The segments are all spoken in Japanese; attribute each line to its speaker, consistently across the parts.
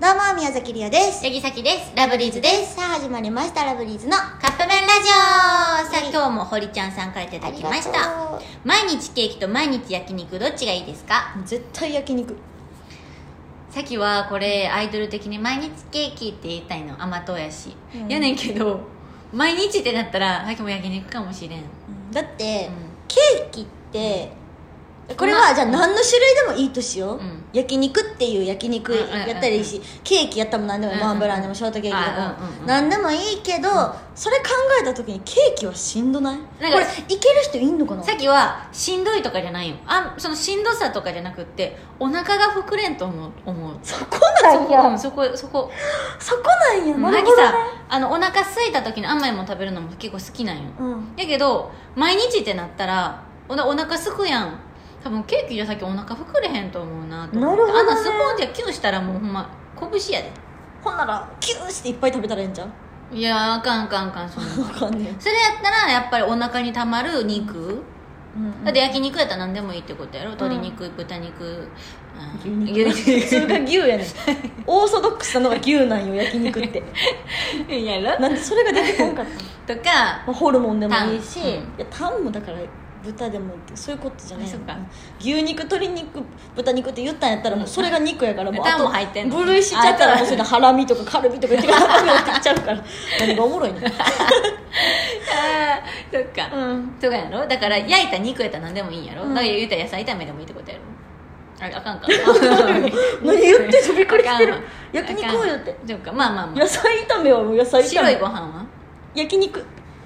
Speaker 1: どうも宮崎りおです
Speaker 2: ヤギサキです。ラブリーズです。
Speaker 1: さあ始まりましたラブリーズのあ
Speaker 2: カップ麺ラジオさあ、今日も堀ちゃんさんからいただきました。
Speaker 1: とう
Speaker 2: 毎日ケーキと毎日焼肉、どっちがいいですか
Speaker 1: 絶対焼肉
Speaker 2: さきはこれ、アイドル的に毎日ケーキって言いたいの。甘党やし。
Speaker 1: うん
Speaker 2: やねんけど、毎日ってなったら、さきも焼肉かもしれん。
Speaker 1: だって、
Speaker 2: うん
Speaker 1: ケーキってこれは、じゃあ何の種類でもいいとしよう、
Speaker 2: うん
Speaker 1: 焼肉っていう焼肉やったらいいし、ケーキやったも何でもいい、
Speaker 2: うんうんう
Speaker 1: モ
Speaker 2: ん
Speaker 1: ンブランでもショートケーキでも、
Speaker 2: あうんうんうん
Speaker 1: 何でもいいけど、それ考えた時にケーキはしんどない
Speaker 2: か
Speaker 1: これいける人いんのかな
Speaker 2: さきは、しんどいとかじゃないよ。あ、そのしんどさとかじゃなくって、お腹が膨れんと思う。思う
Speaker 1: そこなんや
Speaker 2: うんそこ、そこ。
Speaker 1: そこなんや、
Speaker 2: うん
Speaker 1: な
Speaker 2: さ
Speaker 1: る
Speaker 2: き
Speaker 1: ほど
Speaker 2: さ
Speaker 1: ね、
Speaker 2: あの、お腹空いた時に甘いもの食べるのも結構好きなんよ。
Speaker 1: うん
Speaker 2: だけど毎日ってなったらおなお腹すくやん多分ケーキじゃさっきお腹膨れへんと思うなと思って
Speaker 1: なるほどね
Speaker 2: あんなスポンジがキュンしたらもうほんま拳やで
Speaker 1: ほんならキューしていっぱい食べたらええんちゃう
Speaker 2: いやーあかんあかんあかんそんな
Speaker 1: わかんね
Speaker 2: それやったらやっぱりお腹にたまる肉、
Speaker 1: え、うん
Speaker 2: だって焼肉やったら何でもいいってことやろ鶏肉豚肉、うん
Speaker 1: 牛肉普通が牛やねんオーソドックスなのが牛なんよ焼肉 って
Speaker 2: 牛やろ
Speaker 1: なんでそれが出てこんか ったの
Speaker 2: とか
Speaker 1: まあホルモンでもいいし、
Speaker 2: タンうん
Speaker 1: いやタンもだから豚でもそういうことじゃない
Speaker 2: あそうか
Speaker 1: 牛肉鶏肉豚肉って言ったんやったらもうそれが肉やからもう
Speaker 2: タンも
Speaker 1: あと
Speaker 2: 入ってんの
Speaker 1: 分類しちゃった
Speaker 2: あ
Speaker 1: ら
Speaker 2: そう
Speaker 1: もうそれでハラミとかカルビとか言ってからハラミを食っちゃうから何がおもろいの
Speaker 2: あーとか、
Speaker 1: うん
Speaker 2: とかやろだから焼いた肉やったら何でもいいんやろ、
Speaker 1: うん
Speaker 2: だから言うたら野菜炒めでもいいってことやろああかんか
Speaker 1: 何言ってんのびっくりしてる
Speaker 2: あかんわ
Speaker 1: 焼肉を言って
Speaker 2: そうかまあまあま
Speaker 1: 野菜炒めはもう野
Speaker 2: あ
Speaker 1: 菜炒
Speaker 2: 白い
Speaker 1: め
Speaker 2: ご飯は
Speaker 1: 焼肉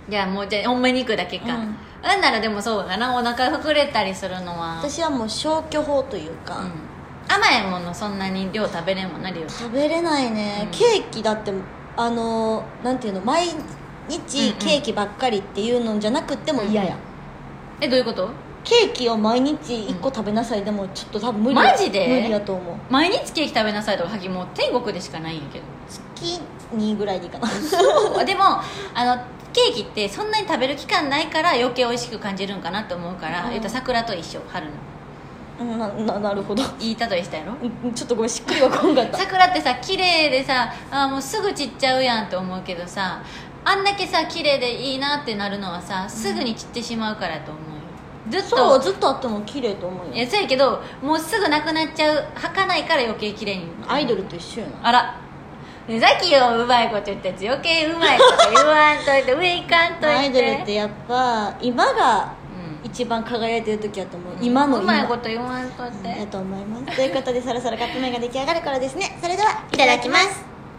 Speaker 2: じゃあもうじゃあほんま肉だけか、
Speaker 1: う
Speaker 2: うんん、なんならでもそうかなお腹膨れたりするのは
Speaker 1: 私はもう消去法というか、
Speaker 2: うん、甘いものそんなに量食べれんもんな量
Speaker 1: 食べれないね、
Speaker 2: うん
Speaker 1: ケーキだってあのーなんていうの毎日
Speaker 2: うんうん
Speaker 1: ケーキばっかりっていうのじゃなくても嫌や、
Speaker 2: えどういうこと
Speaker 1: ケーキを毎日1個食べなさいでもちょっと多分無理
Speaker 2: マジで
Speaker 1: 無理だと思う
Speaker 2: 毎日ケーキ食べなさいとかはきもう天国でしかないんやけど
Speaker 1: 月にぐらいでいいかな
Speaker 2: でもあのケーキってそんなに食べる期間ないから余計美味しく感じるんかなと思うから、
Speaker 1: うん
Speaker 2: 言うたら桜と一緒春の
Speaker 1: うんなななるほど
Speaker 2: 言いたとしたやろ
Speaker 1: うんちょっとごめんしっくりわかんかった
Speaker 2: 桜ってさ綺麗でさあーもうすぐ散っちゃうやんと思うけどさあんだけさ綺麗でいいなってなるのはさすぐに散ってしまうからやと思うよずっ
Speaker 1: そう
Speaker 2: と
Speaker 1: ずっとあっても綺麗と思う
Speaker 2: い
Speaker 1: よ
Speaker 2: やそうやけどもうすぐなくなっちゃう儚かないから余計綺麗に
Speaker 1: アイドルと一緒やな
Speaker 2: あらねさっきようまいこと言ったやつ余計うまいこと言わんといて上行かんといて
Speaker 1: アイドルってやっぱ今が
Speaker 2: う
Speaker 1: 一番輝いてる時やと思う、
Speaker 2: ん
Speaker 1: 今の
Speaker 2: う
Speaker 1: 今
Speaker 2: まいこと言わんといて、
Speaker 1: だと思いますということでそろそろカップ麺が出来上がる頃ですねそれではいただきます